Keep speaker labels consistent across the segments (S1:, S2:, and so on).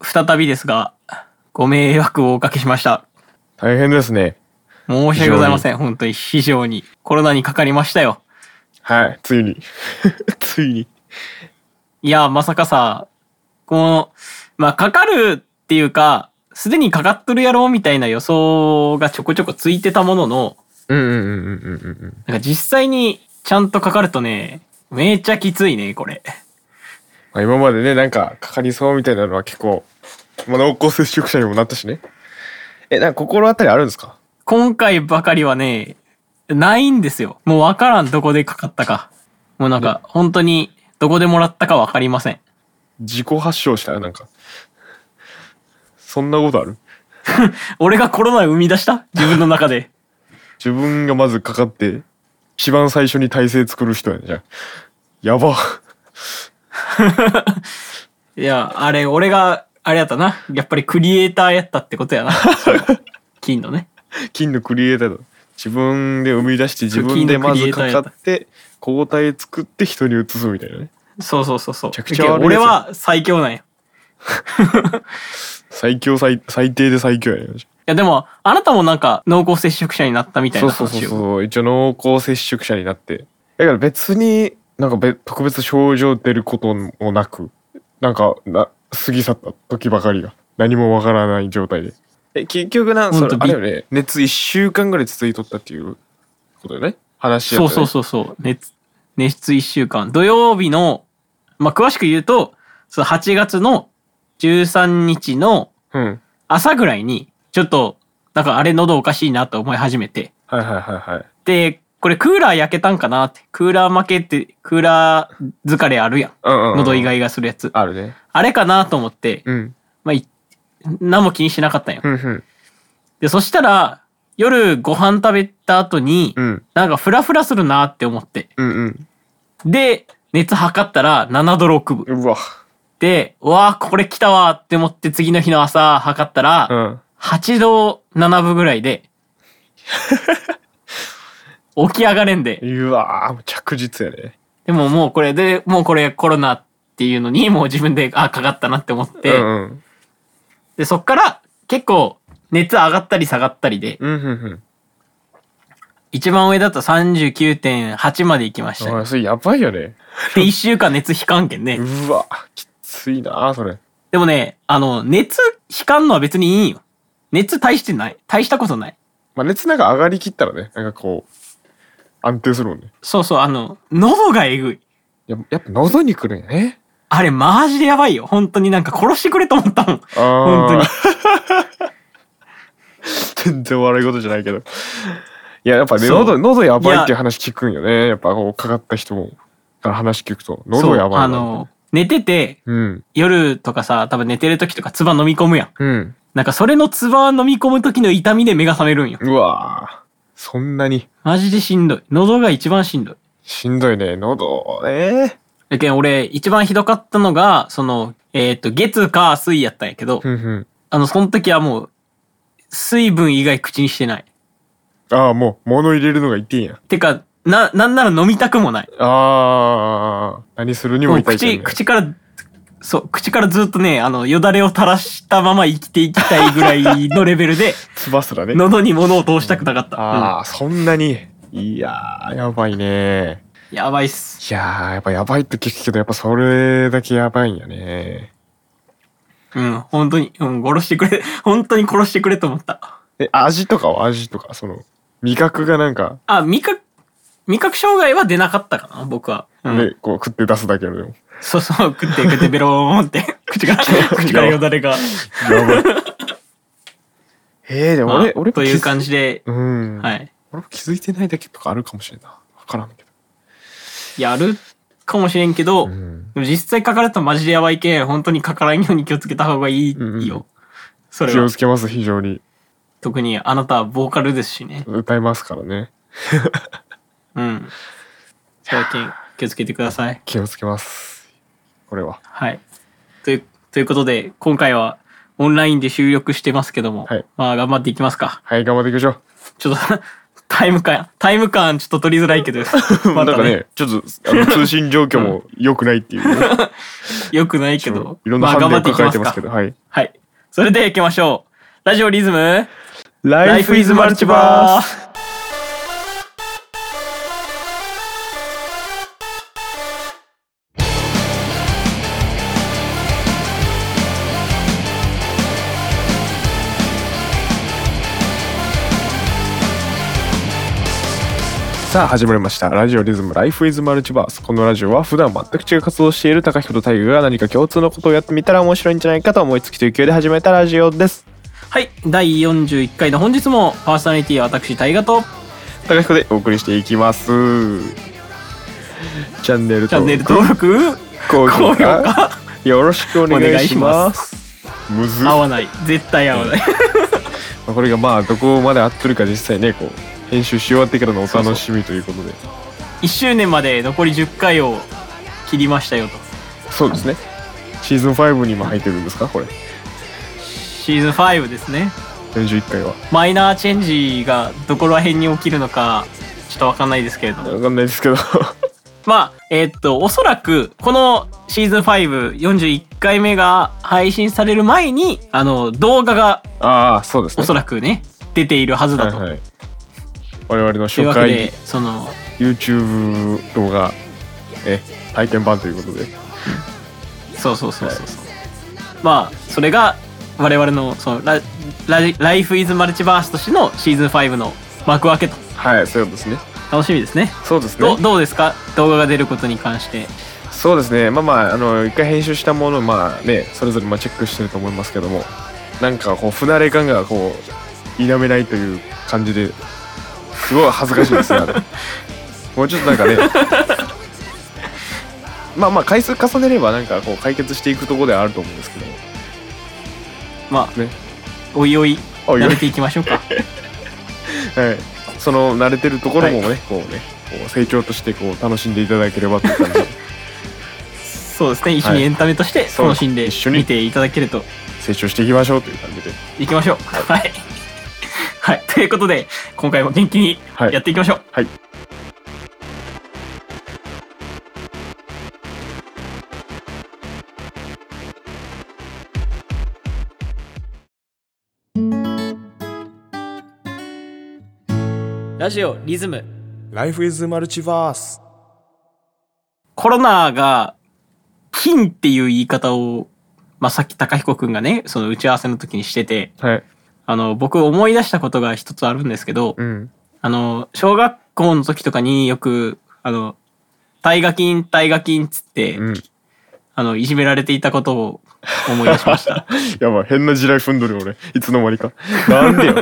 S1: 再びですが、ご迷惑をおかけしました。
S2: 大変ですね。
S1: 申し訳ございません。本当に非常に。コロナにかかりましたよ。
S2: はい、ついに。 ついに。
S1: いや、まさかさ、この、まあ、かかるっていうか、すでにかかっとるやろみたいな予想がちょこちょこついてたものの、
S2: うんうんうんうんうんうんうん。
S1: なんか実際にちゃんとかかるとね、めちゃきついね、これ。
S2: まあ、今までね、なんかかかりそうみたいなのは結構、まあ、濃厚接触者にもなったしね。え、なんか心当たりあるんですか
S1: 今回ばかりはね、ないんですよ。もうわからんどこでかかったか。もうなんか、本当にどこでもらったかわかりません。
S2: 自己発症したなんか。そんなことある
S1: 俺がコロナを生み出した自分の中で。
S2: 自分がまずかかって、一番最初に体制作る人やんじゃん。やば。
S1: いや、あれ、俺が、あれやったな。やっぱりクリエイターやったってこと やな。金のね。
S2: 金のクリエイターだ。自分で生み出して自分でまずかかって、抗体作って人に移すみたいなね。
S1: そうそうそうそう。
S2: めちゃくちゃ悪いやつや
S1: 俺は最強なんよ。い
S2: 最強最、最低で最強やねん。
S1: や、でも、あなたもなんか濃厚接触者になったみたい
S2: そう
S1: な
S2: そうそう
S1: 話を。
S2: そう一応濃厚接触者になってだから別になんかべ特別症状出ることもなくなんかな過ぎ去った時ばかりが何もわからない状態でえ結局な
S1: ほん
S2: そ
S1: と
S2: れあ
S1: び
S2: れよね熱1週間ぐらい続いとったっていうことよね話やった
S1: そ
S2: ね
S1: うそうそうそう。熱、熱1週間。土曜日の、まあ、詳しく言うと、その8月の13日の
S2: うん
S1: 朝ぐらいに、ちょっと、なんかあれ喉おかしいなと思い始めて。
S2: はいはいはいはい
S1: で、これクーラー焼けたんかなって。クーラー負けって、クーラー疲れあるやん。
S2: うんうんうん
S1: 喉イガイガするやつ。
S2: あるね
S1: あれかなと思って、
S2: うん
S1: まあ、い何も気にしなかったんよ
S2: う。んうん
S1: で、そしたら、夜ご飯食べた後に、
S2: うん
S1: なんかフラフラするなって思って。
S2: うんうん
S1: で、熱測ったら7度6分。
S2: うわ
S1: で、うわーこれ来たわって思って次の日の朝測ったら、
S2: うん
S1: 8度7分ぐらいで、起き上がれんで。
S2: うわもう着実やね
S1: でももうこれで、もうこれコロナっていうのにもう自分で、あ、かかったなって思って、
S2: うんうん
S1: で、そっから結構熱上がったり下がったりで、
S2: うんうん
S1: 一番上だと39.8まで行きまし
S2: うん
S1: た。
S2: あそれやばいよね
S1: で、1週間熱非還元ね。
S2: うわ、きついなそれ。
S1: でもね、あの、熱引かんのは別にいいんよ。熱大してない。大したことない。
S2: まあ、熱なんか上がりきったらね、なんかこう、安定するもんね。
S1: そうそう、あの、喉がえぐい。
S2: ややっぱ喉にくるんやね。
S1: あれ、マジでやばいよ。本当になんか殺してくれと思ったもん。
S2: あ
S1: 本当に。
S2: 全然悪いことじゃないけど。いや、やっぱね、
S1: そう
S2: 喉、喉やばい
S1: いや
S2: っていう話聞くんよね。やっぱこう、かかった人も、から話聞くと、
S1: そ
S2: 喉
S1: う
S2: やばいな。
S1: あの、寝てて、
S2: うん、
S1: 夜とかさ、多分寝てる時とか唾飲み込むやん。
S2: うん。
S1: なんかそれの唾飲み込む時の痛みで目が覚めるんよ。
S2: うわそんなに、
S1: マジでしんどい。喉が一番しんどい。
S2: しんどいね、喉、ね。
S1: だけど俺、一番ひどかったのが、その、えっ、と、月、火、水やったんやけど、
S2: ふんふん。
S1: あの、その時はもう、水分以外口にしてない。
S2: ああ、もう、物入れるのが痛いんや。
S1: てか、な、なんなら飲みたくもない。
S2: ああ、何するに
S1: も
S2: も
S1: う
S2: 痛いけどね
S1: 口、口から、そう、口からずっとね、あの、よだれを垂らしたまま生きていきたいぐらいのレベ ルで、
S2: つばすらね。
S1: 喉に物を通したくなかった。
S2: ああ、そんなに。いやー、やばいね。
S1: うん、やばいっす。
S2: いやー、やっぱやばいって聞くけど、やっぱそれだけやばいんやね。
S1: うん、本当に、うん、殺してくれ、本当に殺してくれと思った。
S2: え、味とかは味とか、その、味覚がなんか、
S1: あ、味覚、味覚障害は出なかったかな、僕は。うん、
S2: ね、こう食って出すだけのでも。
S1: そうそう、食って食ってベローンっ て、口から、 口からよだれが。
S2: やばい。えー、でも俺、
S1: まあ
S2: 俺も
S1: と
S2: 気づ
S1: いう感じで、
S2: うん。
S1: はい。
S2: 俺も気づいてないだけとかあるかもしれんな。わからんけど。
S1: やるかもしれんけど、
S2: うん。
S1: でも実際かかるとマジでやばいけん、本当にかからんように気をつけた方がいいよ。
S2: うんうん
S1: それ
S2: 気
S1: は
S2: を、つけます、非常に。
S1: 特にあなたはボーカルですしね。
S2: 歌いますからね。
S1: うん。最近気をつけてください。
S2: 気をつけます。これは。
S1: はい。という、ということで、今回はオンラインで収録してますけども、
S2: はい
S1: まあ頑張っていきますか。
S2: はい、頑張っていきましょう。
S1: ちょっと、 タイム感、タイム感ちょっと取りづらい けど、
S2: な
S1: ま
S2: ん
S1: た
S2: か
S1: ね、
S2: ね、ちょっとあ の通信状況も良くないっていうね、
S1: 良くないけど、
S2: いろんな
S1: まあ
S2: 判
S1: 頑
S2: 定
S1: 張
S2: を
S1: っていき
S2: 抱
S1: ます
S2: えてま
S1: か
S2: すけ。ど、はい。
S1: はい。それでは行きましょう。ラジオリズム、
S2: ライフイズマルチバース。
S1: ス。
S2: さあ始まりました。ラジオリズムライフイズマルチバース。このラジオは普段全く違う活動をしている高彦と大我が何か共通のことをやってみたら面白いんじゃないかと思いつきという勢いで始めたラジオです。
S1: はい。第41回の本日もパーソナリティは私、大河と
S2: 高彦でお送りしていき ます。チャンネル
S1: チャ
S2: 登
S1: ンネル
S2: 録
S1: 登録、
S2: 高評
S1: 高評
S2: 価
S1: 価
S2: よろしくお
S1: お願
S2: 願い
S1: い
S2: し
S1: し
S2: ま。
S1: ますす。
S2: むずっ
S1: 合わない。絶対合わない。
S2: まあこれがまあどこまで合ってるか実際ねこう編集し終わってからのお楽しみということで
S1: 1周年まで残り10回を切りましたよと。
S2: そうですねシーズン5に今入ってるんですかこれ
S1: シーズン5ですね。
S2: 41回は
S1: マイナーチェンジがどこら辺に起きるのか、ちょっとわかんないですけれども。
S2: 分かんないですけど
S1: まあ、えーっと、おそらく、このシーズン5、41回目が配信される前に、あの、動画が
S2: ああそうですね
S1: おそらくね、出ているはずだと。
S2: はいはい、我々の
S1: という
S2: 初
S1: わけ
S2: 回
S1: で、その、
S2: YouTube 動画え体験版ということで
S1: そうそうそうそうそう。まあ、それが、我々の、そのラ、ラジライフイズマルチバースとしてのシーズン5の幕開けと。
S2: はいそうですね
S1: 楽しみですね。
S2: そうです
S1: ど
S2: ね
S1: うどうですか動画が出ることに関して。
S2: そうですねまあまああの一回編集したものをまあねそれぞれまあチェックしてると思いますけどもなんかこう不慣れ感がこう否めないという感じですごい恥ずかしいですねあれもうちょっとなんかねまあまあ回数重ねればなんかこう解決していくところではあると思うんですけど
S1: まあ、
S2: ね
S1: おいおい、
S2: おいおい
S1: 慣れていきましょう か。
S2: はい、その慣れてるところもね、こうね、こう成長としてこう楽しんでいただければって感じ。
S1: そうですね一緒にエンタメとして
S2: そう
S1: 楽しんで
S2: 一緒に
S1: 見ていただけると
S2: 成長していきましょうという感じで。
S1: いきましょうはい、はい、ということで今回も元気に
S2: はい
S1: やっていきましょう
S2: はい
S1: ラジオリズム
S3: ライフイズマルチバース。
S1: コロナが金っていう言い方を、まあ、さっき高彦くんがねその打ち合わせの時にしてて
S2: はい。
S1: あの僕思い出したことが一つあるんですけど、
S2: うん。
S1: あの、小学校の時とかによく、あの、退学金、退学金っつって、
S2: うん。
S1: あの、いじめられていたことを思い出しま した。
S2: やばい、変な地雷踏んどる俺。いつの間にか。なん でよ。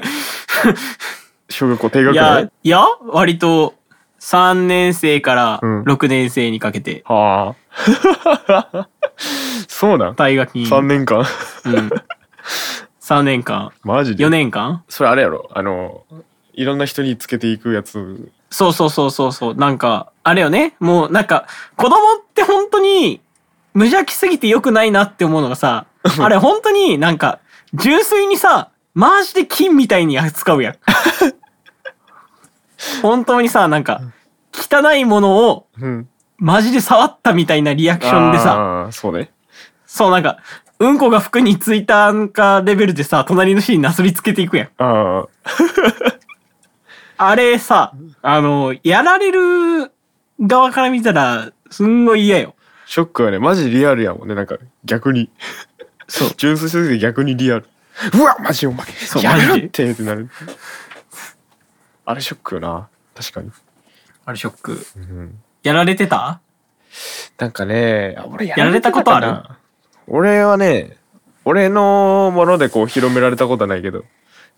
S2: 小学校低学
S1: いや
S2: 年。、
S1: いや、割と3年生から
S2: うん
S1: 6年生にかけて、
S2: はあ。そうなん
S1: 退学金、
S2: ?3 年間
S1: うん、3年間、
S2: マジで
S1: 4年間
S2: それあれやろあの、いろんな人につけていくやつ。
S1: そうそうそうそうそう、なんか、あれよね、もうなんか、子供って本当に無邪気すぎて良くないなって思うのがさ、あれ本当になんか、純粋にさ、マジで金みたいに扱う やん。本当にさ、なんか、汚いものを
S2: うん。
S1: マジで触ったみたいなリアクションでさ、
S2: あー。そうね。
S1: そうなんか、うんこが服についたんかレベルでさ、隣の人になすりつけていくやん。
S2: ああ。
S1: あれさ、あの、やられる側から見たら、すんごい嫌よ。
S2: ショックはね、マジリアルやもんね。なんか逆に。
S1: そう。
S2: 純粋すぎて逆にリアル。うわマジお前
S1: そう
S2: やめろ
S1: マ
S2: っ
S1: ジで
S2: てってなる。あれショックよな。確かに。
S1: あれショック。
S2: うん、
S1: やられてた
S2: なんかね、あ俺や
S1: やられたことある
S2: られてたかな俺はね、俺のものでこう広められたことはないけど、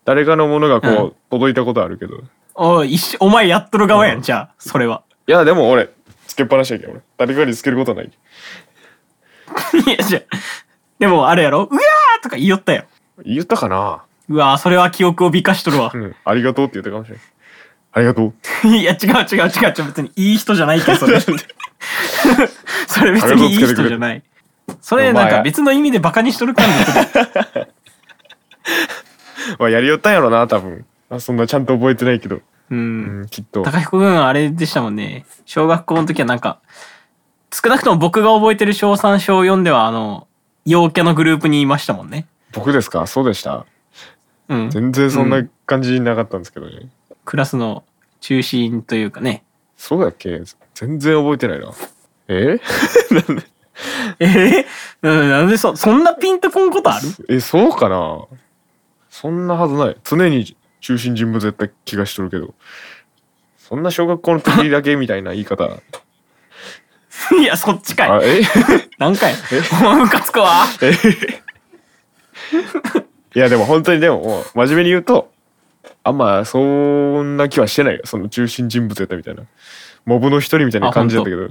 S2: 誰かのものがこう、
S1: う
S2: 届いたことあるけど。い
S1: おい、一緒お前やっとる側や
S2: うん
S1: ん、じゃあ、それは。
S2: や、でも俺、つけっぱなしやけど、俺。誰かにつけることはない。
S1: いや、じゃあでも、あれやろうわーとか言いよったよ。
S2: 言ったかな
S1: うわー、それは記憶を美化しとるわ
S2: う。ん。ありがとうって言ったかもしれない。ありがとう。
S1: いや、違う違う違う違う。別にいい人じゃないけど、それ。 それ別にいい人じゃない。それなんか別の意味でバカにしとる感じする。
S2: まあやりよったんやろな、多分。あそんなちゃんと覚えてないけど。
S1: う。
S2: うんん、きっと。
S1: 高彦くんあれでしたもんね。小学校の時はなんか、少なくとも僕が覚えてる小3小4ではあの、陽キャのグループにいましたもんね。
S2: 僕ですかそうでした
S1: うん。
S2: 全然そん
S1: う
S2: な感じなかったんですけどね。
S1: クラスの中心というかね。
S2: そうだっけ全然覚えてないな。えなんで
S1: ええうんなんでそ、そんなピンとこんこと ある
S2: え、そうかなそんなはずない。常に中心人物やった気がしとるけど。そんな小学校の時だけみたいな言 い方。
S1: いや、そっちか
S2: あ
S1: い。
S2: え
S1: 何回お前ムカつく わ。
S2: えいやでも本当にでももう真面目に言うとあんまそんな気はしてないよその中心人物やったみたいなモブの一人みたいな感じだったけど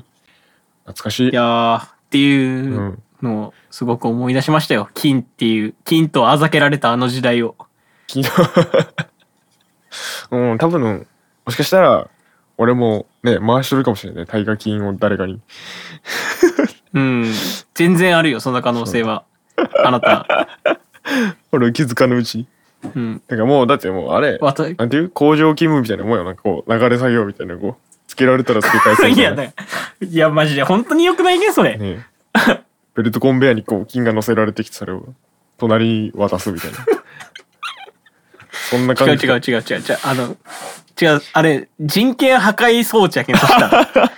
S2: 懐かしい
S1: いやーっていうのをすごく思い出しましたよ。金っていう、金とあざけられたあの時代を。
S2: 昨日うん多分もしかしたら俺もね回しとるかもしれないね大河金を誰かに
S1: うん。全然あるよ、そんな可能性は。あなた。
S2: 俺気づかぬうちに
S1: うん。
S2: なんかもうだってもうあれ
S1: わた、い
S2: なんていう工場勤務みたいなもんよなんかこう流れ作業みたいなこうつけられたらつけ返す みたい
S1: や、
S2: な
S1: だからいや、マジで、本当に良くないね、それ。
S2: ねえベルトコンベヤにこう金が乗せられてきてそれを隣に渡すみたいなそんな
S1: 違う
S2: 感じ
S1: 違う違う違う違う。あの、違う、あれ、人権破壊装置やけん、そ したら。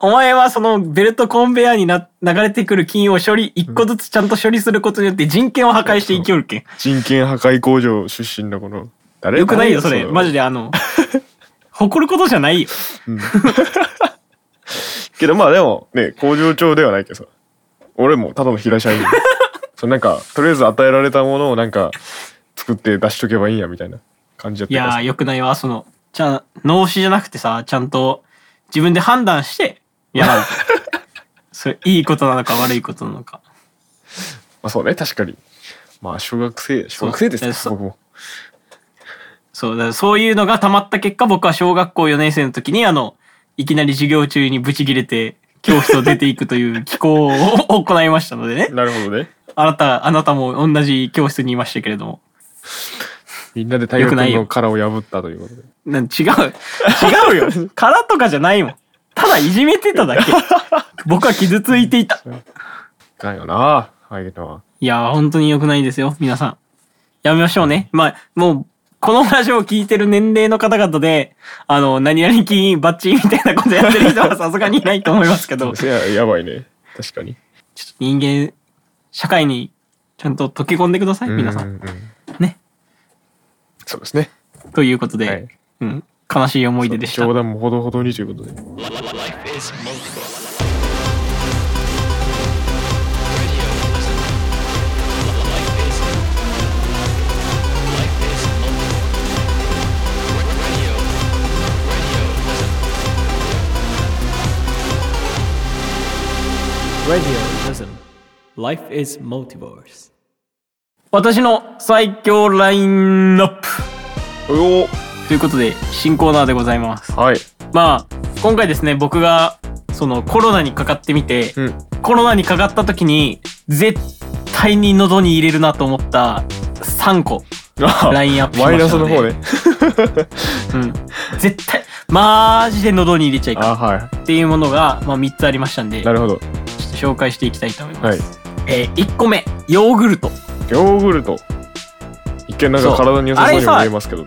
S1: おお前はそのベルトコンベヤーにな流れてくる金を処理、一個ずつちゃんと処理することによって人権を破壊していきよるけん。
S2: 人権破壊工場出身のこの誰
S1: よくないよ、それ。
S2: 誰
S1: マジで、あの、誇ることじゃないよ。
S2: けどまあでもね工場長ではないけどさ俺もただの平社員 そうなんかとりあえず与えられたものをなんか作って出しとけばいいんやみたいな感じやっ
S1: い
S2: たから
S1: や
S2: さ
S1: ー、よくないわ。その、ちゃん、脳死じゃなくてさ、ちゃんと自分で判断して、や らん。それ、いいことなのか悪いことなのか。
S2: まあ、そうね確かにまあ小学生小学生です
S1: い
S2: ね
S1: やそ
S2: 僕も
S1: そう、だからそういうのが溜まった結果、僕は小学校4年生の時に、あの、いきなり授業中にブチ切れて、教室を出ていくという機構を行いましたのでね。
S2: なるほどね
S1: あなた、あなたも同じ教室にいましたけれども。
S2: みんなで大学の殻を破ったということで
S1: なん違う。違うよ。殻とかじゃないもん。ただいじめてただけ。僕は傷ついていた。
S2: いかんよなああいうのはい
S1: やー、本当に良くないですよ、皆さん。やめましょうね。まあ、もう、この話を聞いてる年齢の方々で、あの、何々金、バッチリみたいなことやってる 人はさすがにいないと思いますけど、ちょっと
S2: いややばいね確かに
S1: 人間、社会にちゃんと溶け込んでください、 皆さ。
S2: うんんうんうん
S1: ね。
S2: そうですね
S1: ということで、
S2: はい
S1: うん、悲しい思い出でした
S2: 冗。談もほどほどにということで
S1: 私の最強ラインナップ
S2: おお
S1: ということで、新コーナーでございます。
S2: はい
S1: まあ、今回ですね、僕が、そのコロナにかかってみて、
S2: うん
S1: コロナにかかった時に絶対に喉に入れるなと思った3個ラインアップしま
S2: マイナ
S1: し
S2: ス
S1: たの
S2: の
S1: で
S2: 方ね
S1: うん、絶対マジで喉に入れちゃい
S2: あ
S1: か
S2: は
S1: んっていうものが、まあ、3つありましたんで
S2: いなるほど
S1: ちょっと紹介していきたいと思いま
S2: はい
S1: す、えー、1個目ヨーグルト
S2: ヨーグルト一見なん
S1: そう
S2: か体に良さそう
S1: あれ
S2: にも
S1: さ
S2: 見えますけど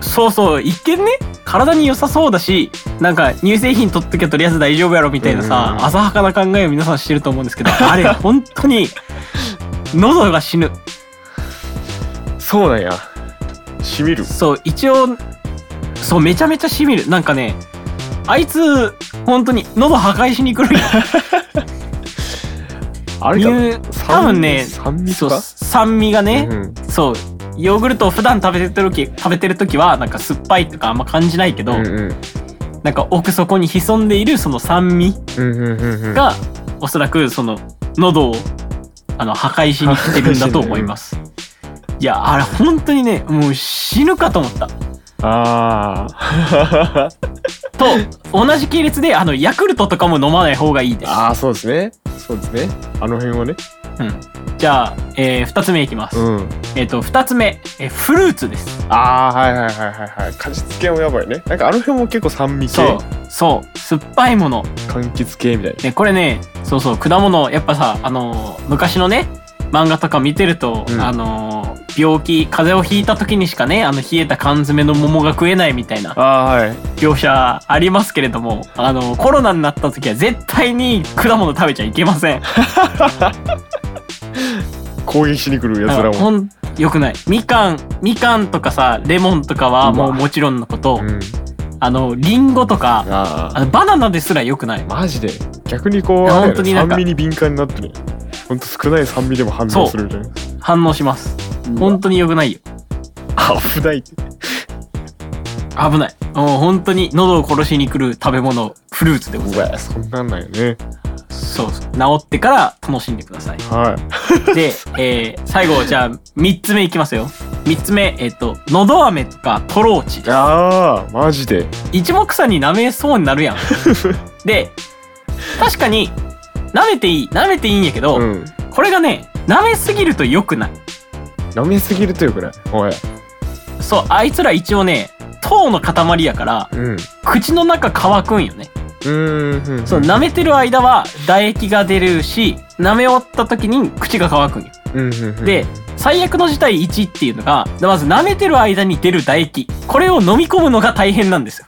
S1: そうそう一見ね体に良さそうだしなんか乳製品取っときゃとりあえず大丈夫やろみたいな
S2: うんうん
S1: さ
S2: うん
S1: 浅はかな考えを皆さんしてると思うんですけど あれ本当に喉が死ぬ
S2: そうなんやしみる
S1: そう一応そうめちゃめちゃしみるなんかねあいつ本当に喉破壊しに来るよ
S2: あれか
S1: いう多分ね
S2: 酸味
S1: そ
S2: 酸味
S1: う酸味
S2: か
S1: がね、
S2: うん
S1: そうヨーグルトを普段食べてる時食べてる時はなんか酸っぱいとかあんま感じないけど、
S2: うんうん
S1: なんか奥底に潜んでいるその酸味
S2: うんうんうんうん
S1: が、おそらくその喉をあの破壊しに来てるんだと思い ます。いやあれ本当にねもう死ぬかと思った。
S2: ああ
S1: と同じ系列であのヤクルトとかも飲まない方がいいです。
S2: ああそうですねそうですねあの辺はね
S1: うん、じゃあ、えー、2つ目いきます。
S2: うん。
S1: えっ、と、2つ目、えーフルーツです。
S2: ああ、はいはいはいはいはい。果実系もやばいね。なんかあの辺も結構酸味系、
S1: そう、そう、酸っぱいもの。
S2: 柑橘系みたいな。
S1: ね、これね、そうそう、果物、やっぱさ、あのー昔のね、漫画とか見てると、
S2: うん
S1: あのー病気、風邪をひいた時にしかね、あの、冷えた缶詰の桃が食えないみたいな
S2: ああー、はい。
S1: 描写ありますけれども、あのーコロナになった時は絶対に果物食べちゃいけません。
S2: 攻撃しに来るやつらも。
S1: ほんよくないみかんみかんとかさレモンとかは
S2: うま
S1: もうもちろんのこと、
S2: うん。
S1: あのリンゴとか
S2: ああ。
S1: あのバナナですらよくない
S2: マジで逆にこ
S1: い
S2: う、
S1: や
S2: あれやね
S1: 本当になんか
S2: 酸味に敏感になってる。ほんと少ない酸味でも反応するみたいな。
S1: 反応します本当によくないよ
S2: あ、危ないって。
S1: 危ないもう本当に喉を殺しに来る食べ物フルーツでございま
S2: うわ、そんなんなんよね。
S1: すそうそう治ってから楽しんでください
S2: はい。
S1: で、えー最後じゃあ3つ目いきますよ3つ目えっ、とのど飴とかトローチ
S2: ああ、マジで。
S1: 一目散に舐めそうになる やんで確かに舐めていい舐めていいんやけど、
S2: うん。
S1: これがね舐めすぎると良くない
S2: 舐めすぎるとよくないおい。
S1: そうあいつら一応ね糖の塊やから
S2: うん。う
S1: 口の中乾くんよね
S2: ーん。うん
S1: そう舐めてる間は唾液が出るし舐め終わった時に口が乾くんよ
S2: うんうんうん
S1: で最悪の事態1っていうのがまず舐めてる間に出る唾液これを飲み込むのが大変なん ですよ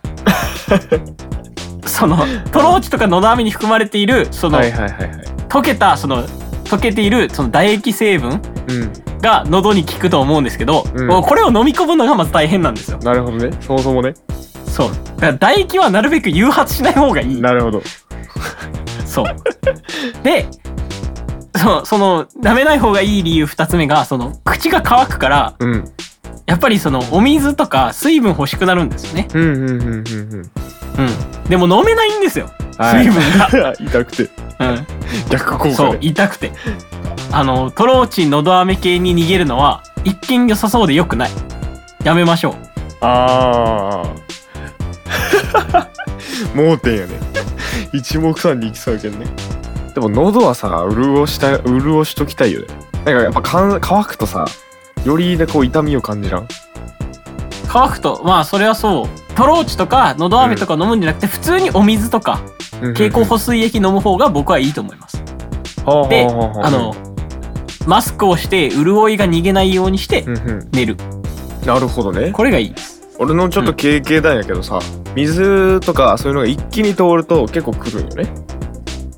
S1: そのトローチとかのど飴に含まれているその、
S2: はいはいはいはい。
S1: 溶けたその溶けているその唾液成分
S2: うん。
S1: が喉に効くと思うんですけど、
S2: うん
S1: もうこれを飲み込むのがまず大変なんですよ
S2: なるほどね。そもそもね。
S1: そうだから唾液はなるべく誘発しない方がいい
S2: なるほど。
S1: そうでそうその舐めない方がいい理由2つ目がその口が乾くから
S2: うん。
S1: やっぱりそのお水とか水分欲しくなるんですよね
S2: うんうんうんうんうん。
S1: うんでも飲めないんですよ
S2: はい
S1: 水分 が、
S2: 痛くて。逆
S1: う
S2: 効
S1: んそ
S2: 果
S1: う
S2: で。
S1: 痛くてあのトローチのど飴系に逃げるのは一見良さそうでよくないやめましょう
S2: ああ。 盲点やね。一目散に行きそうやけどね。でも喉はさ、潤した、潤しときたいよね。なんかやっぱかん乾くとさ、よりね、こう痛みを感じらん。
S1: 乾くとまあそれはそうトローチとかのど飴とか飲むんじゃなくて、普通にお水とか経口補水液飲む方が僕はいいと思います。
S2: 法
S1: であの、マスクをして潤いが逃げないようにして
S2: うんうん、
S1: 寝る
S2: なるほどね。
S1: これがいいです
S2: 俺のちょっと経験なんやけどさ、水とかそういうのが一気に通ると結構くるんよね。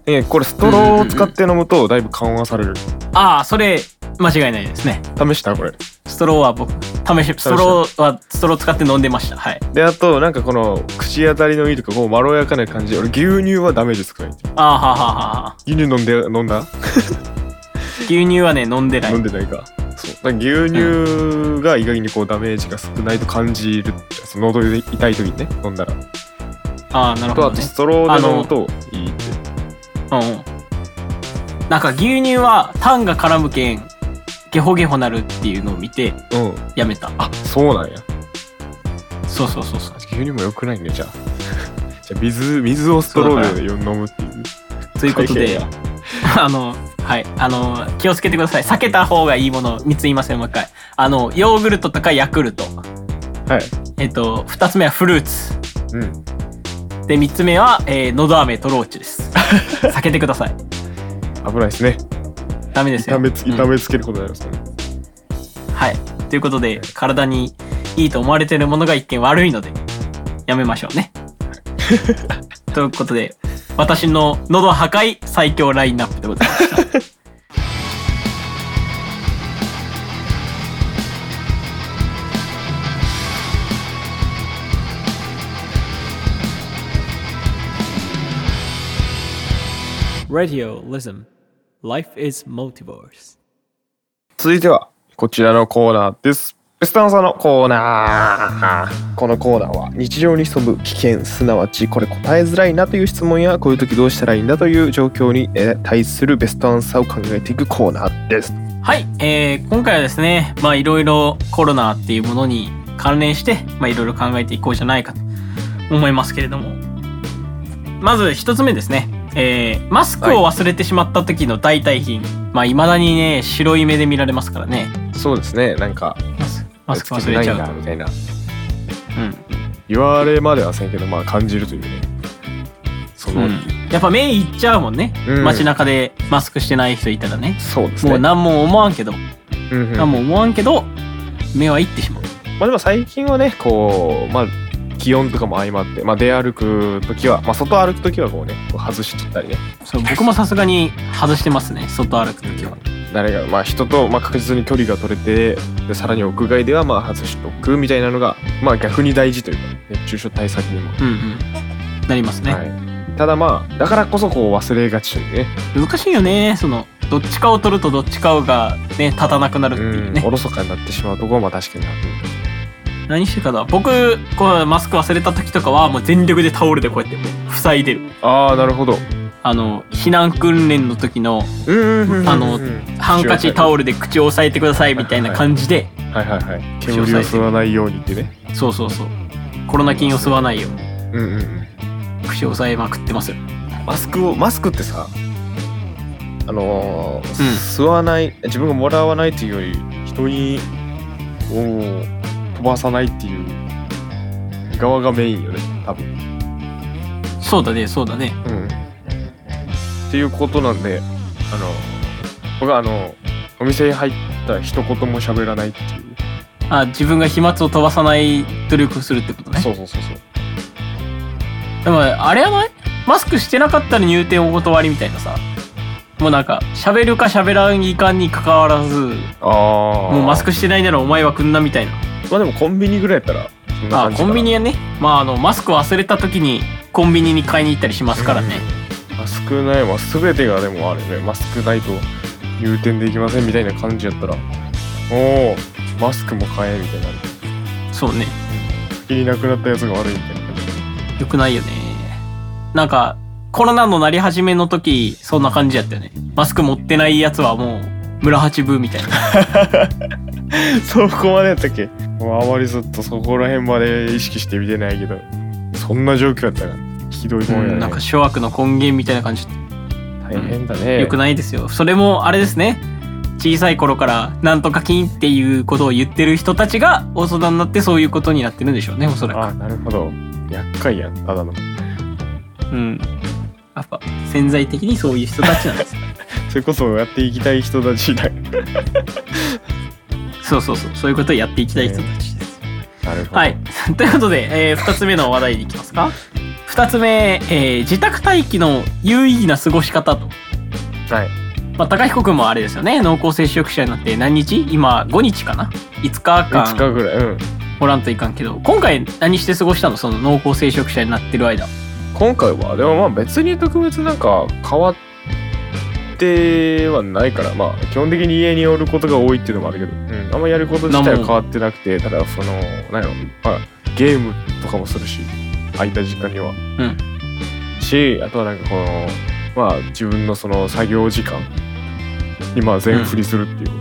S2: えこれストローを使って飲むとだいぶ緩和される。
S1: ああそれ間違いないですね
S2: 試したこれ。
S1: ストローは僕試しストローはストロー使って飲んでましたはい
S2: であとなんかこの口当たりのいいとかこうまろやかな感じ俺牛乳はダメージ少ないって
S1: ああはあはあはあ
S2: 牛乳飲んで飲んだ、
S1: 牛乳はね飲んでない
S2: 飲んでないかそうだから牛乳が意外にこうダメージが少ないと感じるその喉で痛い時にね飲んだら、
S1: ああなるほ
S2: と
S1: ど
S2: あと
S1: ね
S2: ストローで飲むといいって
S1: うんうんなんか牛乳は痰が絡むけんゲホゲホなるっていうのを見て
S2: うん
S1: やめたあ
S2: そうなんや
S1: そうそうそうそう
S2: 牛乳も良くないねじゃあ じゃあ水水をストローで飲むっていう
S1: ということ
S2: 大
S1: で
S2: 変や
S1: あのはいあの気をつけてください避けた方がいいもの3つ言いませんもう一回あのヨーグルトとかヤクルト
S2: はい
S1: えっと2つ目はフルーツ
S2: うん
S1: で3つ目は、えー、のど飴とローチです 避けてください
S2: 危ないですね
S1: ダメですよ
S2: 痛めつ
S1: うん
S2: 痛めつけることになりますからね、
S1: はいということで体にいいと思われてるものが一見悪いのでやめましょう ねということで私の喉破壊最強ラインナップでございました「Radio Lism Life is Multiverse」
S2: 続いてはこちらのコーナーですベスタンサーのコーナーこのコーナーは日常に潜む危険すなわちこれ答えづらいなという質問やこういう時どうしたらいいんだという状況にえー対するベストアンサーを考えていくコーナーです
S1: はい、えー今回はですね、まあいろいろコロナっていうものに関連して、まあいろいろ考えていこうじゃないかと思いますけれども、まず一つ目ですね、えーマスクを忘れてしまった時の代替品、まあいまだにね白い目で見られますからね
S2: そうですねなんか
S1: マスマスク
S2: つけ
S1: 忘
S2: てな
S1: れ
S2: い
S1: ちゃ
S2: ん
S1: うと
S2: だみたいな
S1: うん
S2: 言われまではせんけどまあ感じるというねその、
S1: うん、やっぱ目いっちゃうもんね、
S2: うん
S1: 街中でマスクしてない人いたらね
S2: そうですね
S1: もう何も思わんけど、
S2: うんうん
S1: 何も思わんけど目はいってしまう
S2: まあ、でも最近はねこうまあ気温とかも相まって、まあ、出歩く時は、まあ、外歩く時はこうねこう外しちゃったりね
S1: そう僕もさすがに外してますね外歩く時は、
S2: 誰が、まあ、人と、まあ、確実に距離が取れてでさらに屋外ではまあ外しておくみたいなのが、まあ、逆に大事というか熱中症対策にも、
S1: うんうんなりますね、
S2: はい、ただまあだからこそこう忘れがちというね
S1: 難しいよねそのどっちかを取るとどっちかがね立たなくなるっていう
S2: うん
S1: ね
S2: おろそかになってしまうところも確かにある
S1: 何してたかな僕こうマスク忘れた時とかはもう全力でタオルでこうやって塞いでる
S2: ああなるほど
S1: あの避難訓練の時の
S2: うんうんうんうん
S1: あのハンカチタオ
S2: ル
S1: ルで口を押さえてくださいみたいな感じで
S2: はいはいはい煙を吸わないようにってね
S1: そうそうそうコロナ菌を吸わないように
S2: うんうんうん
S1: 口を押さえまくってますよ
S2: マスクをマスクってさあ
S1: う
S2: のー
S1: ん
S2: 吸わない自分がもらわないというより人にを飛ばさないっていう側がメインよね多分、
S1: そうだねそうだね
S2: うん、っていうことなんであの僕はあのお店に入ったら一言も喋らないっていう
S1: あ自分が飛沫を飛ばさない努力をするってことね
S2: そうそうそうそう
S1: でもあれはないマスクしてなかったら入店お断りみたいなさもうなんか喋るか喋らんいかんに関わらず
S2: あ
S1: もうマスクしてないならお前は来んなみたいな
S2: まあでもコンビニぐらいやったらそんな
S1: まあ
S2: 感じか
S1: コ
S2: な
S1: ンビニはねまああのマスク忘れた時にコンビニに買いに行ったりしますからね、
S2: うん。マスクないは全てがでもあれね、マスクないと入店できませんみたいな感じやったら、おお、マスクも買えみたいになる。
S1: そうね
S2: 先になくなったやつが悪いみ たいな感じ。
S1: よくないよねなんかコロナのなり始めの時そんな感じやったよねマスク持ってないやつはもう村八分みたいな
S2: そこまでやったっけもうあまりずっとそこら辺まで意識して見てないけど、そんな状況やったら、ひどいもん
S1: うん
S2: や
S1: なん
S2: ね
S1: か。諸悪の根源みたいな感じ
S2: 大変だね。
S1: よくないですよそれもあれですね小さい頃からなんとか金っていうことを言ってる人たちが大人になってそういうことになってるんでしょうねおそらく
S2: あ、なるほど。厄介やん、ただの。
S1: うんやっぱ潜在的にそういう人たちなんです
S2: それこそやっていきたい人たちだ。
S1: そうそうそうそういうことをやっていきたい人たちです、
S2: なるほど。
S1: はい。 ということで、え2つ目の話題に行きますか2つ目、えー自宅待機の有意義な過ごし方と、
S2: はい。
S1: まあ、高彦君もあれですよね濃厚接触者になって何日今5日かな5日
S2: 5日
S1: 間
S2: ぐらい。うん。
S1: おらんといかんけど今回何して過ごしたのその濃厚接触者になってる間
S2: 今回はでもまあ別に特別なんか変わってはないからまあ基本的に家におることが多いっていうのもあるけど、うん、あんまやること自体は変わってなくてただそのなんやろ、まあ、ゲームとかもするし空いた時間には。
S1: うん
S2: しあとはなんかこのまあ自分のその作業時間にまあ全振りするっていう、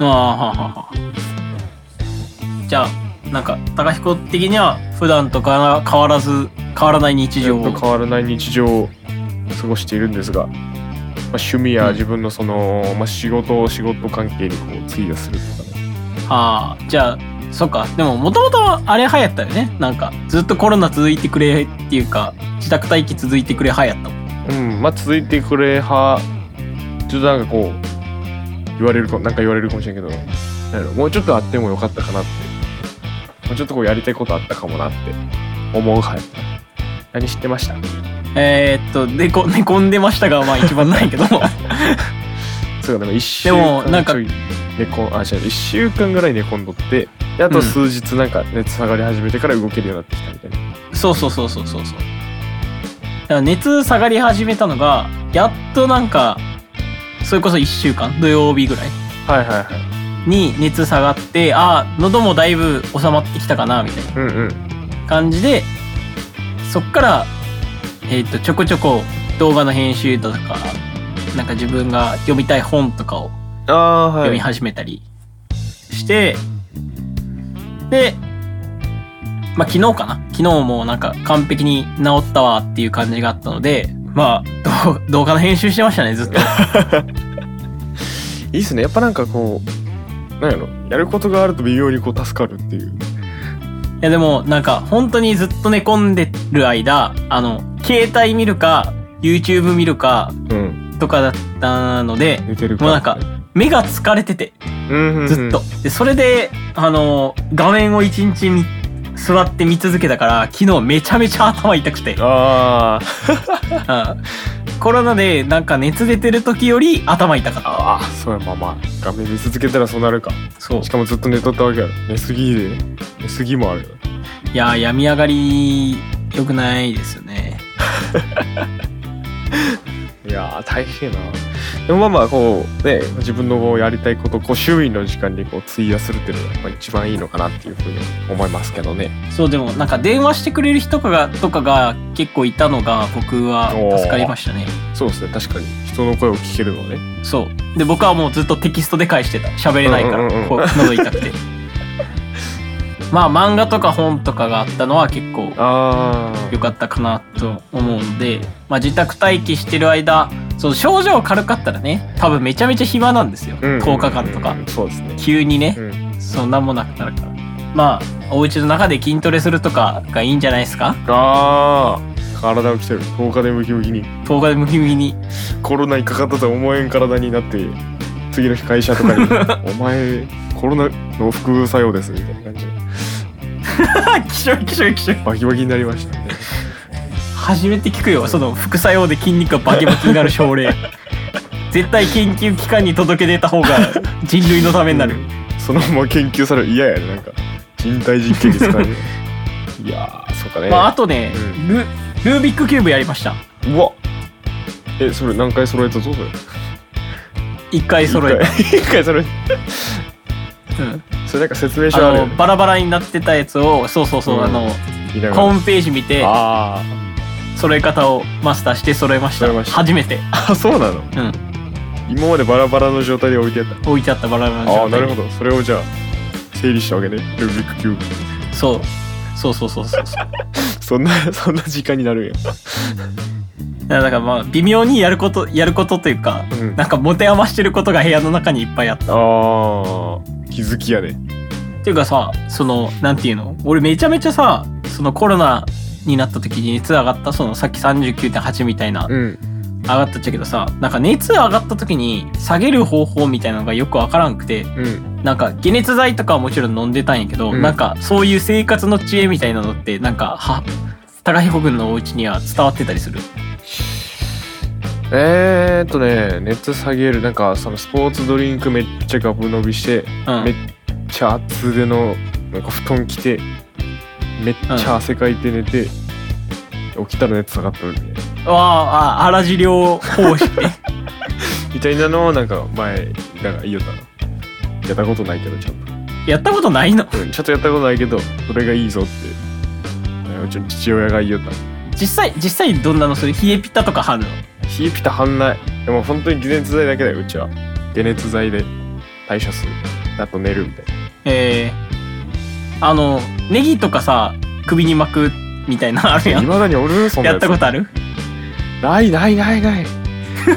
S1: ああはあはあはあじゃあなんか高彦的には普段とか変わらず変わらない日
S2: ず
S1: 常
S2: っと変わらない日常を過ごしているんですが、まあ、趣味
S1: う
S2: や
S1: ん
S2: 自分のその、まあ、仕事を仕事関係にこう費やするとかね
S1: ああじゃあそっかでももともとあれ流行ったよねなんかずっとコロナ続いてくれっていうか自宅待機続いてくれ流行ったもん
S2: うん、まあ続いてくれ派、ちょっとなんかこう、言われるか、なんか言われるかもしれんけど、なんやろもうちょっとあってもよかったかなって、もうちょっとこうやりたいことあったかもなって思う派やった。何知ってました
S1: えー、っと寝こ寝込んでましたがまあ一番ないけども
S2: そうか、でも一週間
S1: でもなんか
S2: ちょい寝込ん、あ、違う、一週間ぐらい寝込んどって、であと数日なんか熱下がり始めてから動けるようになってきたみたいな。
S1: そうそうそうそうそうそうだから熱下がり始めたのがやっとなんかそれこそ1週間土曜日ぐらい
S2: はいはいはい。
S1: に熱下がってああ喉もだいぶ収まってきたかなみたいな
S2: うんうん。
S1: 感じでそっから、えー、とちょこちょこ動画の編集とかなんか自分が読みたい本とかを
S2: ああ、は
S1: 読み
S2: い。
S1: 始めたりして、でまあ昨日かな昨日もなんか完璧に治ったわっていう感じがあったので、まあ動 動画の編集してましたね、ず っと。
S2: いいっすねやっぱなんかこうなんやろやることがあると微妙にこう助かるっていう
S1: いやでもなんか本当にずっと寝込んでる間あの携帯見るか YouTube 見るか
S2: うん
S1: とかだったので
S2: 寝てる
S1: もうなんか目が疲れてて
S2: うんうんうん
S1: ずっと、でそれであの画面を一日見座って見続けたから昨日めちゃめちゃ頭痛くて、うん
S2: あー
S1: コロナでなんか熱出てる時より頭痛かっ
S2: あーそうやまあまあ画面見続けたらそうなるか
S1: たそう
S2: しかもずっと寝とったわけやろ寝すぎで寝すぎもあるよ
S1: いやー病み上がり良くないですよね
S2: いやー大変やなでもまあまあこうね自分のこうやりたいことをこう周囲の時間にこう費やするっていうのがやっぱ一番いいのかなっていうふうに思いますけどね
S1: そうでもなんか電話してくれる人とかがとかが結構いたのが僕は助かりましたね
S2: そうですね確かに人の声を聞けるのはね
S1: そうで僕はもうずっとテキストで返してた喋れないから、
S2: うんうんうん
S1: こう喉痛 くてまあ漫画とか本とかがあったのは結構
S2: ああ
S1: 良かったかなと思うんで、まあ、自宅待機してる間その症状軽かったらね多分めちゃめちゃ暇なんですよ、10日間とか、
S2: そうですね
S1: 急にね
S2: う、ん
S1: そんなもなくなるからまあお家の中で筋トレするとかがいいんじゃないですか
S2: あー体をきてる10日でムキムキに
S1: 10日でムキムキに
S2: コロナにかかったとは思えん体になって次の日会社とかに「お前コロナの副作用です」みたいな感じで
S1: きしょきしょきしょ
S2: バキバキになりましたね
S1: 初めて聞くよその副作用で筋肉がバキバキになる症 例絶対研究機関に届け出た方が人類のためになる
S2: そのまま研究される嫌やねなんか人体実験に使える いやーそうかね、
S1: まああとね、
S2: う
S1: ルルービックキューブやりました
S2: うわえそれ何回揃えたぞそれ
S1: 一回揃え
S2: 一回一回揃えた
S1: た、うん
S2: それなんか説明書あ
S1: あ
S2: るよ、
S1: の
S2: ね、
S1: バラバラになってたやつをそうそうそう、
S2: うん
S1: あの
S2: いながら
S1: ホームページ見て
S2: あ
S1: 揃え方をマスターして揃えました
S2: 揃えました
S1: 初めて、
S2: ーあそうなの
S1: うん、
S2: 今までバラバラの状態で置いてあった
S1: 置いてあったバラバラの
S2: ああ
S1: 状態
S2: なるほ
S1: ど
S2: どそれをじゃあ整理したわけねルービックキューブ
S1: そうそうそうそうそうそう
S2: そんな そんな時間になるんや
S1: だからまあ微妙にやることやることというか、
S2: うん
S1: なんか持て余してることが部屋の中にいっぱいあった
S2: あー気づきやね
S1: っていうかさそのなんていうの俺めちゃめちゃさそのコロナになった時に熱上がったそのさっき39.8みたいな上
S2: ん
S1: がったっちゃけどさなんか熱上がった時に下げる方法みたいなのがよくわからんくて
S2: うん
S1: なんか解熱剤とかはもちろん飲んでたんやけど、
S2: うん
S1: なんかそういう生活の知恵みたいなのってなんかは高彦君のお家には伝わってたりする
S2: えー、っとね熱下げるなんかそのスポーツドリンクめっちゃガブ伸びして
S1: うん
S2: めっちゃ厚手のなんか布団着てめっちゃ汗かいて寝て、起きたら熱下がってるみたいな
S1: わあああら治療方式
S2: みたいなのをなんか前なんか言いよったのやったことないけどちゃんと
S1: やったことないの
S2: うんちょっとやったことないけどそれがいいぞってあうちの父親が言いよった
S1: 実際実際どんなのそれ冷えピタとか貼るの
S2: 冷えピタ半ないでも本当に解熱剤だけだようちは解熱剤で代謝するあと寝るみたいな
S1: えー、あのネギとかさ首に巻くみたいなのあるや
S2: い
S1: ん
S2: まだにおるそんな
S1: や
S2: や
S1: っ
S2: つ
S1: たことある
S2: ないないないない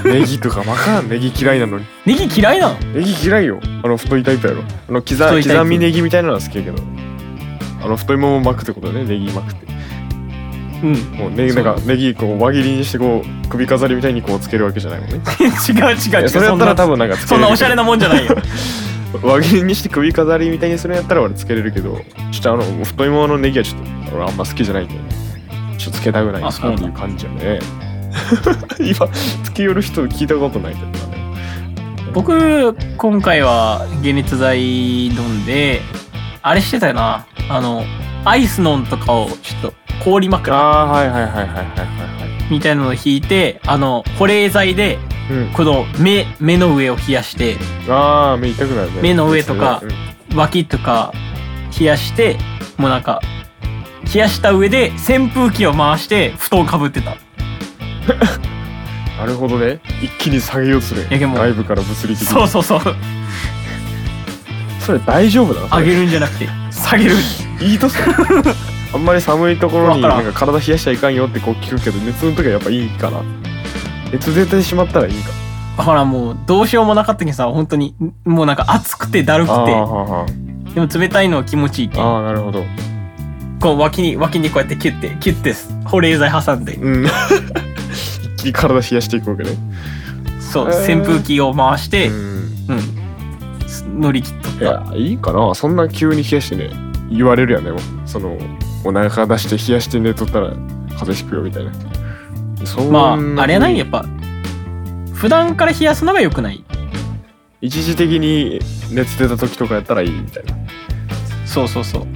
S2: ネギとかまかんネギ嫌いなのに
S1: ネギ嫌いなの
S2: ネギ嫌いよあの太いタイプやろあの刻
S1: 太いタイプ
S2: 刻みネギみたいなのは好きやけどあの太いもも巻くってことだねネギ巻くって
S1: うん 違う
S2: もうネギ
S1: そ
S2: な
S1: うん
S2: かネギこう輪切りにしてこう首飾りみたいにこうつけるわけじゃないもん ね
S1: 違う違
S2: いうやそれやったら多分なんかつけ
S1: そんなそんな
S2: れるけど
S1: おしゃれなもんじゃないよ
S2: 輪切りにして首飾りみたいにするんやったら俺つけれるけどちょっとあのもう太いもののネギはちょっと俺あんま好きじゃないんでちょっとつけたくないな
S1: あ
S2: って
S1: そうなんだ
S2: いう感じやね 今つけ寄る人聞いたことないけどね
S1: 僕今回は解熱剤飲んであれしてたよなあのアイスノンとかをちょっと氷枕
S2: ああはいはいはいはいはいはいはい
S1: みたいなのを引いてあの保冷剤で
S2: うん
S1: この目目の上を冷やして
S2: ああ目痛くなるね
S1: 目の上とか
S2: うん
S1: 脇とか冷やしてもうなんか冷やした上で扇風機を回して布団かぶってたい
S2: なるほどね一気に下げようとする
S1: やでも
S2: 外部から物理的に
S1: そうそうそう
S2: それ大丈夫だ
S1: 上げるんじゃなくて下げる
S2: いいとするあんまり寒いところに
S1: わから
S2: なんんか体冷やしちゃいかんよってこう聞くけど熱の時はやっぱいいかな熱出てしまったらいいか
S1: ほらもうどうしようもなかったけどさ本当にもうなんか暑くて だるく
S2: あ
S1: て
S2: ーはーはー
S1: でも冷たいのは気持ちいいけん
S2: あーなるほど
S1: こう脇に脇にこうやってキュッてキュッて保冷剤挟んで
S2: うん一気に体冷やしていくわけね
S1: そう、
S2: へー
S1: 扇風機を回して、
S2: う
S1: うん
S2: ん
S1: 乗り切っ
S2: い
S1: とった
S2: やいいかなそんな急に冷やしてね言われるやんねもうそのお腹出して冷やして寝とったら風邪ひくよみたいなそん
S1: ま
S2: な
S1: ああれやないやっぱ普段から冷やすのが良くない
S2: 一時的に熱出た時とかやったらいいみたいな
S1: そうそうそ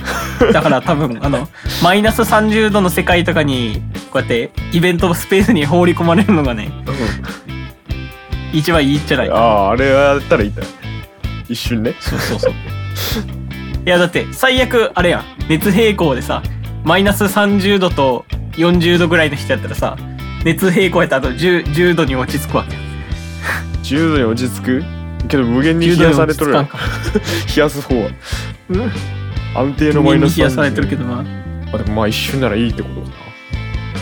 S1: う だから多分あのマイナス30度の世界とかにこうやってイベントスペースに放り込まれるのがね一番いいんじゃない
S2: あああれやったらいいんだ一瞬ね
S1: そうそう そういやだって最悪あれやん熱平行でさマイナス30度と40度ぐらいの人やったらさ熱平行やったらあと 10, 10度に落ち着くわけよ
S2: 10度に落ち着くけど無限に
S1: 10
S2: 冷
S1: 度
S2: や
S1: に
S2: さ
S1: 落
S2: れ
S1: ち
S2: と
S1: 着
S2: る
S1: か
S2: や
S1: ん
S2: ん
S1: か
S2: 冷やす方は安定のマイ
S1: 人
S2: ナ
S1: 間
S2: ス
S1: 冷やされてるけどまあ
S2: あでもまあ一瞬ならいいってことか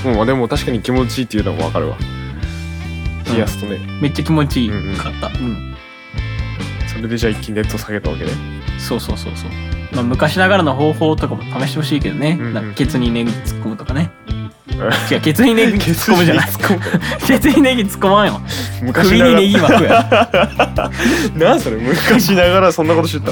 S2: なうんまあでも確かに気持ちいいっていうのもわかるわ冷やすとね、
S1: めっちゃ気持ちいいかった、うん
S2: それでじゃあ一気に熱を下げたわけね
S1: そうそうそうそうまあ昔ながらの方法とかも試してほしいけどね、
S2: うんうん
S1: なんかケツにネギ突っ込むとか ね
S2: う
S1: 違うケツにネギ突っ込むじゃないケツにネギ突っ込まんよ
S2: 昔
S1: 首
S2: な
S1: に
S2: が
S1: ネギ巻くや
S2: らなんそれ昔ながらそんなことしてた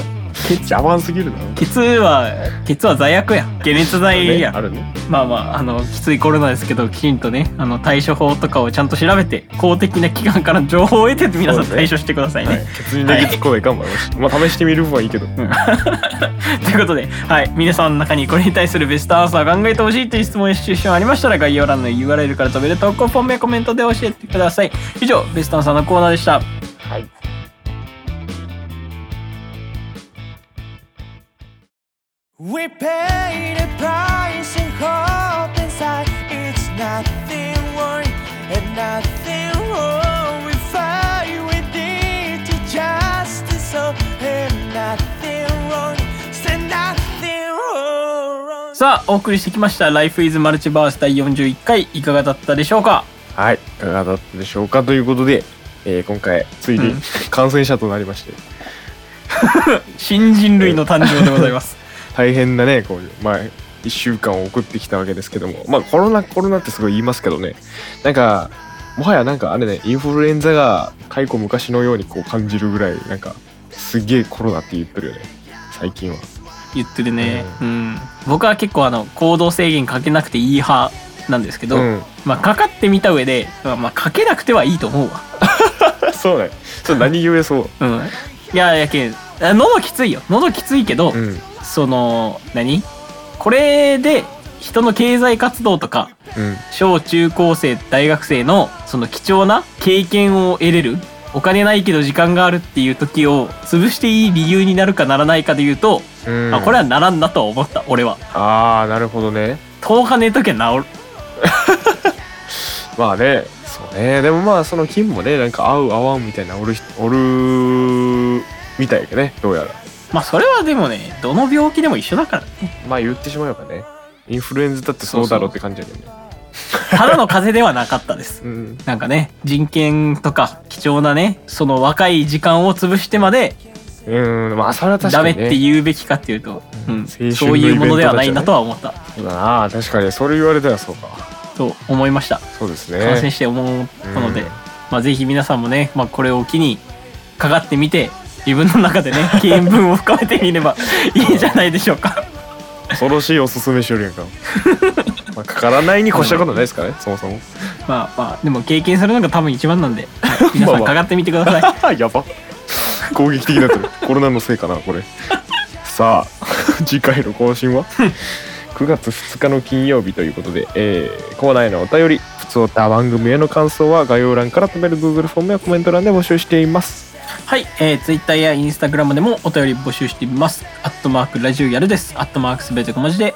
S2: 邪魔すぎるな
S1: ケツはケツは罪悪や解熱剤や
S2: あるね
S1: まあまああのきついコロナですけどきちんとねあの対処法とかをちゃんと調べて公的な機関からの情報を得て皆さん
S2: そう
S1: 対
S2: です
S1: 処してくださいね。
S2: はい、ケツにネギ突っ込んでいかんばいましたまあ試してみる分はいいけど
S1: ということで、はい、皆さんの中にこれに対するベストアンサーを考えてほしいという質問やシチュエーションありましたら概要欄の URL から飛べる投稿フォームやコメントで教えてください。以上ベストアンサーのコーナーでした。
S2: はい
S4: oh,
S1: さあ、お送りしてきました Life is Multiverse 第41回いかがだったでしょうか
S2: はい、いかがだったでしょうかということで、えー今回ついに
S1: うん
S2: 感染者となりまして、
S1: 新人類の誕生でござい ます。
S2: 大変なねこういうまあ1週間を送ってきたわけですけどもまあコロナコロナってすごい言いますけどねなんかもはやなんかあれねインフルエンザが太古昔のようにこう感じるぐらいなんかすげえコロナって言ってるよね最近は
S1: 言ってるね、うん、僕は結構あの行動制限かけなくていい派なんですけど、
S2: ん
S1: まあかかってみた上で、まあまあ、かけなくてはいいと思うわ、
S2: そうねそれ何故そう
S1: うん、いややけんあ喉きついよ喉きついけど、
S2: うん
S1: その何これで人の経済活動とか
S2: うん
S1: 小中高生大学生のその貴重な経験を得れるお金ないけど時間があるっていう時を潰していい理由になるかならないかで言うと、
S2: うん
S1: あこれはならんなとは思った俺は
S2: ああなるほどね
S1: 10日寝ときゃ治る
S2: まあねそうねでもまあその金もねなんか合う合わんみたいなおる人おるみたいやけどねどうやら
S1: まあそれはでもねどの病気でも一緒だからね
S2: まあ言ってしまえばねインフルエンザだってそうだろうって感じやけどね
S1: ただの風邪ではなかったです
S2: うん
S1: なんかね人権とか貴重なねその若い時間を潰してまで
S2: うんまあそれは確
S1: ダ
S2: か
S1: メ
S2: に、
S1: っ
S2: ね、
S1: て言うべきかっていうと、うん
S2: 青春の
S1: そういうものではないなとは思った、
S2: そうだな確かにそれ言われたらそうか
S1: と思いました
S2: そうです
S1: 感染
S2: ね
S1: して思ったので、
S2: うん
S1: まあぜひ皆さんもね、まあ、これを機にかかってみて自分の中でね 見聞を深めてみれ ばいいんじゃないでしょうか
S2: 恐ろしいおすすめしよるや んかまあかからないに越したことないですからねそもそ も
S1: まあまあでも経験するのが多分一番 なんで、はい皆さんかかってみてください
S2: やば攻撃的になってるコロナのせいかなこれさあ 次回の更新は9月2日の金曜日ということで、えー、コーナーへのお便り普通た番組への感想は概要欄から飛べる Google フォームやコメント欄で募集しています
S1: はい、えー、Twitter や Instagram でもお便り募集しています。アットマークラジオやるです。アットマークすべて小文字で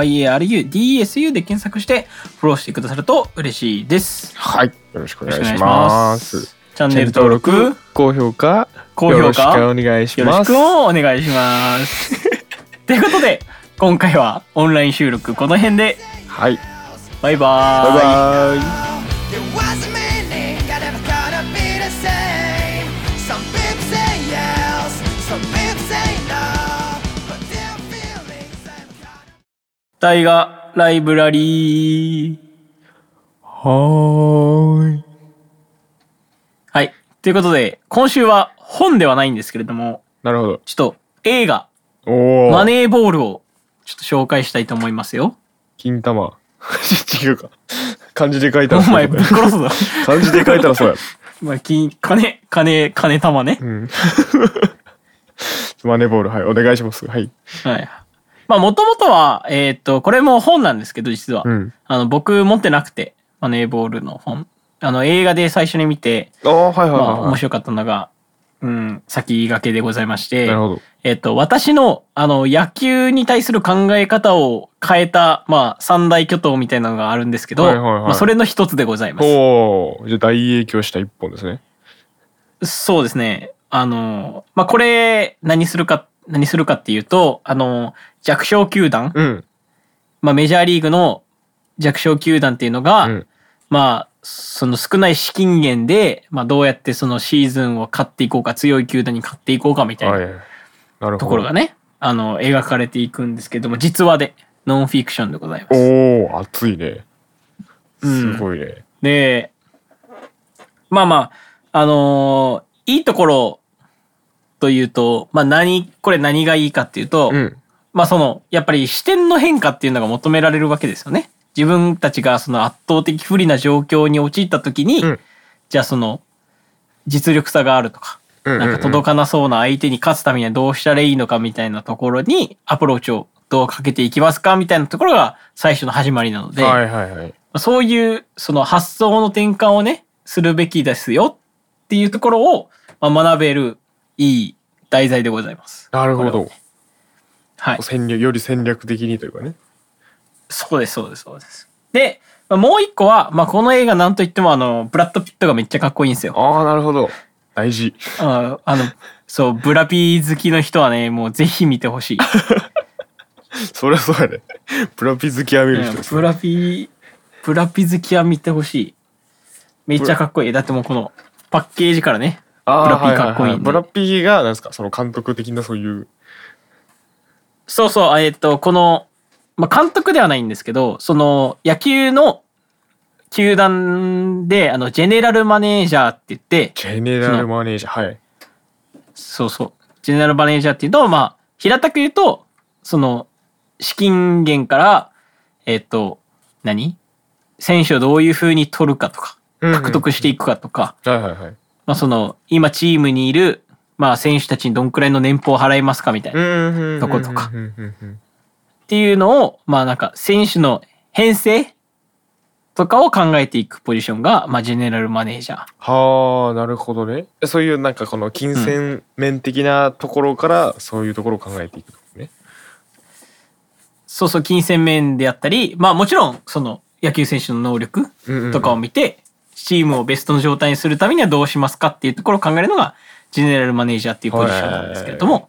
S1: RADIOYARUDSU で検索してフォローしてくださると嬉しいです。よ
S2: はい。よろしくお
S1: ろ
S2: 願
S1: し
S2: い
S1: くお願い
S2: し
S1: しま
S2: ます。
S1: す。チャンネル登録、よ
S2: 高評価、
S1: 高評価
S2: よろしくお願いし
S1: ろし
S2: ます。
S1: くお願いします。ということで、今回はオンライン収録この辺で
S2: はい
S1: バイバ
S2: バイ
S1: ーイ
S2: バイ
S4: It was a meaning I never thought I'd be the same. Some people say yes, some people say no, but their feelings I've got.
S1: タイガライブラリー
S2: はーい
S1: はいということで今週は本ではないんですけれども
S2: なるほど
S1: ちょっと映画
S2: おお
S1: マネーボールをちょっと紹介したいと思いますよ
S2: 金玉違うか漢字で書いた
S1: お
S2: らそう
S1: 前
S2: や
S1: ぶっ殺 すぞ
S2: 漢字で書いたらそうや
S1: まあ金金金金玉ね
S2: うん マネーボールはいお願いしますはい
S1: はいまあもともとはえーっとこれも本なんですけど実は、
S2: うん
S1: あの僕持ってなくてマネーボールの本あの映画で最初に見て
S2: ああはいはい
S1: ま
S2: は
S1: あ
S2: い、
S1: 面白かったのが、うん、先駆けでございまして
S2: なるほど
S1: えっと、私の、あの、野球に対する考え方を変えた、まあ、三大巨頭みたいなのがあるんですけど、
S2: はいはいはい
S1: まあ、それの一つでございます。
S2: おおじゃあ大影響した一本ですね
S1: そうですね。あの、まあ、これ、何するか、何するかっていうと、あの、弱小球団、
S2: うん
S1: まあ、メジャーリーグの弱小球団っていうのが、
S2: うん
S1: まあ、その少ない資金源で、まあ、どうやってそのシーズンを勝っていこうか、強い球団に勝っていこうかみたいな
S2: はいなるほど
S1: ところがね、あの、描かれていくんですけども、実話で、ノンフィクションでございます。
S2: おお熱いね
S1: うん
S2: すごいね、
S1: で、まあまあ、あのーいいところというと、まあ何、これ何がいいかっていうと、
S2: うん
S1: まあその、やっぱり視点の変化っていうのが求められるわけですよね。自分たちがその圧倒的不利な状況に陥った時に、
S2: うん
S1: じゃあその、実力差があるとか、
S2: うんうんうん
S1: なんか届かなそうな相手に勝つためにはどうしたらいいのかみたいなところにアプローチをどうかけていきますかみたいなところが最初の始まりなので、
S2: はいはいはい
S1: そういうその発想の転換をね、するべきですよっていうところを、まあ、学べるいい題材でございます。
S2: なるほ
S1: これ
S2: ど、
S1: ははい。
S2: 戦略より戦略的にというかね
S1: そうです、そうです、そうです。で、まあもう一個は、まあ、この映画なんといってもあの、ブラッド・ピットがめっちゃかっこいいんです よ。
S2: ああなるほど大事
S1: ああの、そう、ブラピー好きの人はね、もうぜひ見てほ しい。
S2: そりゃそうやねプラピ好きは見る人です、
S1: ブラピー、ブラピ好きは見てほしい。めっちゃかっこいい。だってもうこのパッケージからね、ブ
S2: あー
S1: ラピーかっこいい
S2: ははは
S1: んで
S2: ブラピーがなんですかその監督的なそういう
S1: そうそう、あえっと、この、まあ、監督ではないんですけど、その野球の球団で、あの、ジェネラルマネージャーって言って、
S2: ジェネラルマネージャーはい
S1: そうそう、ジェネラルマネージャーっていうと、まあ、平たく言うと、その、資金源から、えっと、何選手をどういう風に取るかとか、
S2: うんうん
S1: 獲得していくかとか、
S2: はいはいはい
S1: まあ、その、今チームにいる、まあ、選手たちにどんくらいの年俸を払いますかみたいな。
S2: うん
S1: とことか
S2: うんうんうん
S1: っていうのを、まあなんか選手の編成とかを考えていくポジションが、まあジェネラルマネージャー。
S2: はあなるほどねそういうなんかこの金銭面的なところからそういうところを考えていくとね
S1: そうそう、金銭面であったり、まあもちろん、その野球選手の能力
S2: うんうんうん
S1: とかを見て、チームをベストの状態にするためにはどうしますかっていうところを考えるのが、ジェネラルマネージャーっていうポジションなんですけれども、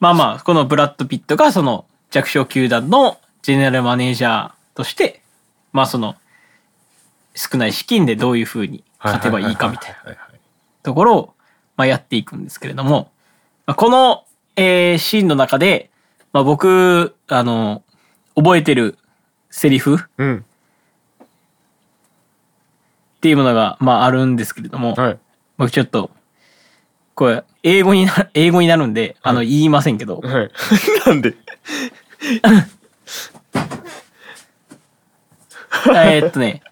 S1: まあまあ、このブラッド・ピットがその弱小球団のジェネラルマネージャーとして、まあその、少ない資金でどういうふうに勝てばいいかみたいな。
S2: はいはいはい
S1: ところを、まあ、やっていくんですけれども、まあこの、えーシーンの中で、まあ、僕、あの、覚えてるセリフっ
S2: はいうん
S1: ていうものが、まあ、あるんですけれども、
S2: はい
S1: 僕ちょっと、これ、英語にな、英語になるんで、あの、言いませんけ ど、
S2: はいなんで
S1: えーっとね、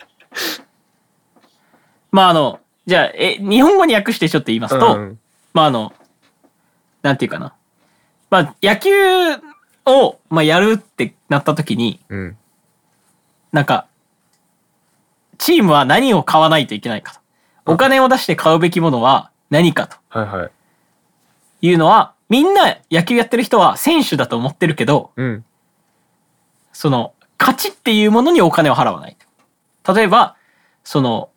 S1: まあ、あの、じゃあ、え、日本語に訳してちょっと言いますと、
S2: うん
S1: まああの、なんていうかな。まあ、野球を、まあ、やるってなった時に、
S2: うん
S1: なんか、チームは何を買わないといけないかと。お金を出して買うべきものは何かと
S2: はいはい
S1: いうのは、みんな野球やってる人は選手だと思ってるけど、
S2: うん
S1: その、勝ちっていうものにお金を払わないと。例えば、その、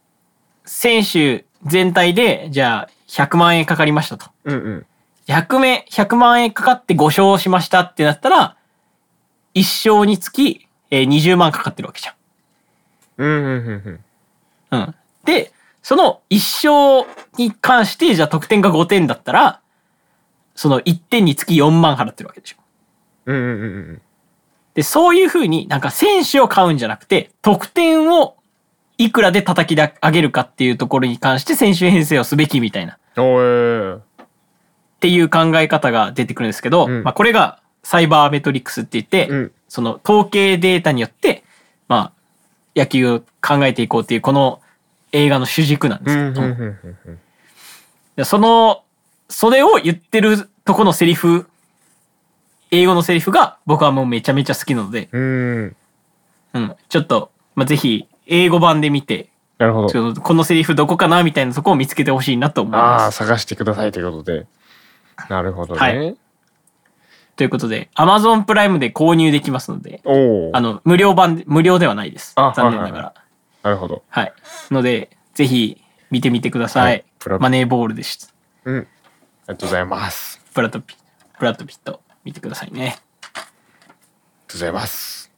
S1: 選手全体で、じゃあ、100万円かかりましたと。
S2: うんうん
S1: 100名、100万円かかって5勝しましたってなったら、一生につき、えー20万かかってるわけじゃん。
S2: うんうんうん
S1: うん。で、その一生に関して、じゃあ得点が5点だったら、その1点につき4万払ってるわけでしょ。
S2: うんうんうんうん
S1: で、そういう風になんか選手を買うんじゃなくて、得点をいくらで叩き上げるかっていうところに関して選手編成をすべきみたいな、っ
S2: うんおー
S1: ていう考え方が出てくるんですけど、
S2: うん
S1: まあこれがサイバーメトリックスって言って、
S2: うん
S1: その統計データによって、まあ野球を考えていこうっていうこの映画の主軸なんで
S2: う
S1: す
S2: ん
S1: け
S2: う
S1: ど、
S2: んうんうん
S1: でその、それを言ってるとこのセリフ、英語のセリフが僕はもうめちゃめちゃ好きなので、
S2: うんうん
S1: うん、ちょっと、まあ、ぜひ、英語版で見て、
S2: なるほ
S1: ち
S2: ど
S1: ょっとこのセリフどこかなみたいなとこを見つけてほしいなと思い
S2: あ
S1: ま
S2: あ
S1: す。
S2: 探してくださいということでなるほどね、
S1: はいということで、Amazon プライムで購入できますので、
S2: おお
S1: あの、無料版で、無料ではないです。
S2: あ
S1: 残念なが
S2: はいはい
S1: ら。
S2: なるほど
S1: はい。ので、ぜひ、見てみてくださ
S2: はいい。プラ
S1: マネーボールでした。
S2: うんありがとうございますあり
S1: プラットピット、プラットピット、見てくださいね。
S2: がとうございます